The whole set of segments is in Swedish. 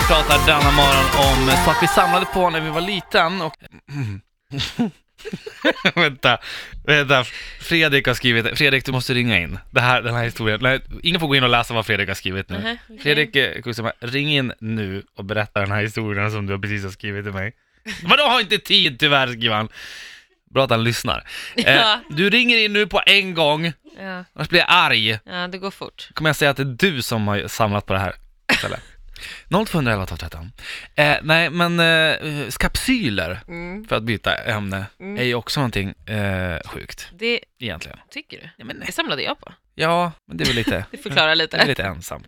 pratar denna morgon om saker vi samlade på när vi var liten och... vänta, vänta. Fredrik har skrivit, Fredrik du måste ringa in. Det här, den här historien, nej, ingen får gå in och läsa vad Fredrik har skrivit nu. Nähä, okej. Fredrik eh, Kuksema, ring in nu och berätta den här historien som du precis har skrivit till mig. Vadå har inte tid tyvärr, skriver han. Bra att han lyssnar. Eh, Ja. du ringer in nu på en gång, Ja, annars blir jag arg. ja, det går fort. kommer jag säga att det är du som har samlat på det här istället. 0211 12 13. Eh, nej, men eh, kapsyler, Mm. för att byta ämne, Mm. är ju också någonting eh, sjukt Det egentligen. tycker du? Ja, men, Det samlade jag på. Mm. ja, men det är väl lite, Det förklarar det är lite. lite ensamt.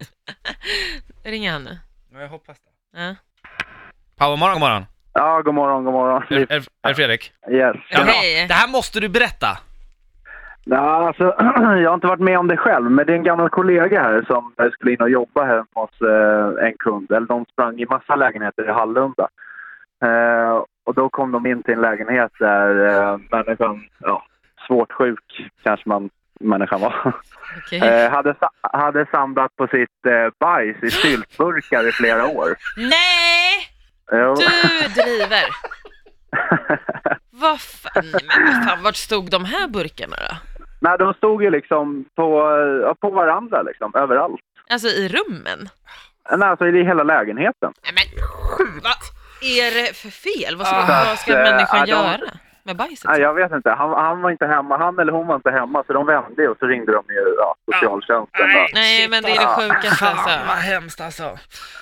Ringa han nu. Ja, jag hoppas det. Ja. Power, morgon, god morgon. Ja, god morgon, god morgon. Är, är, är det Fredrik? Yes. Ja, bra. hej. Det här måste du berätta. Ja, alltså, jag har inte varit med om det själv, men det är en gammal kollega här som eh, skulle in och jobba här hos eh, en kund. Eller de sprang i massa lägenheter i Hallunda. Eh, och då kom de in till en lägenhet där eh, människan, ja, svårt sjuk kanske man, människan var. Okej. Eh, hade, sa- hade samlat på sitt eh, bajs i syltburkar i flera år. Eh, Nej! Jo. Du driver. Vad fan, men vad fan, vart stod de här burkarna då? Nej, de stod ju liksom på, eh, ja, på varandra liksom, överallt. Alltså i rummen? Nej, alltså i hela lägenheten. Nej men vad är det för fel? Vad ska, Ah. vad ska Eh, människan ja, de- göra med bajset? Nej, jag vet inte. Han, han var inte hemma. Han eller hon var inte hemma, så de vände ju och så ringde de ju ja, socialtjänsten. och- Nej men det är det sjukaste Fan, alltså. vad hemskt alltså.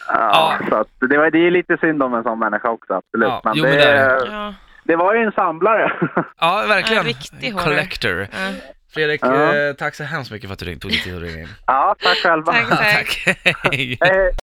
Ja, så att det, var, det är lite synd om en sån människa också, absolut. Ja, men jo, det, men det är Ja, det var ju en samlare. Ja, verkligen. En riktig horror. Collector. ja. Fredrik, Ja. eh, tack så hemskt mycket för att du ring- tog dig tid att ringa in. ja, tack själva. Tack, tack. Tack. Hej. Hej.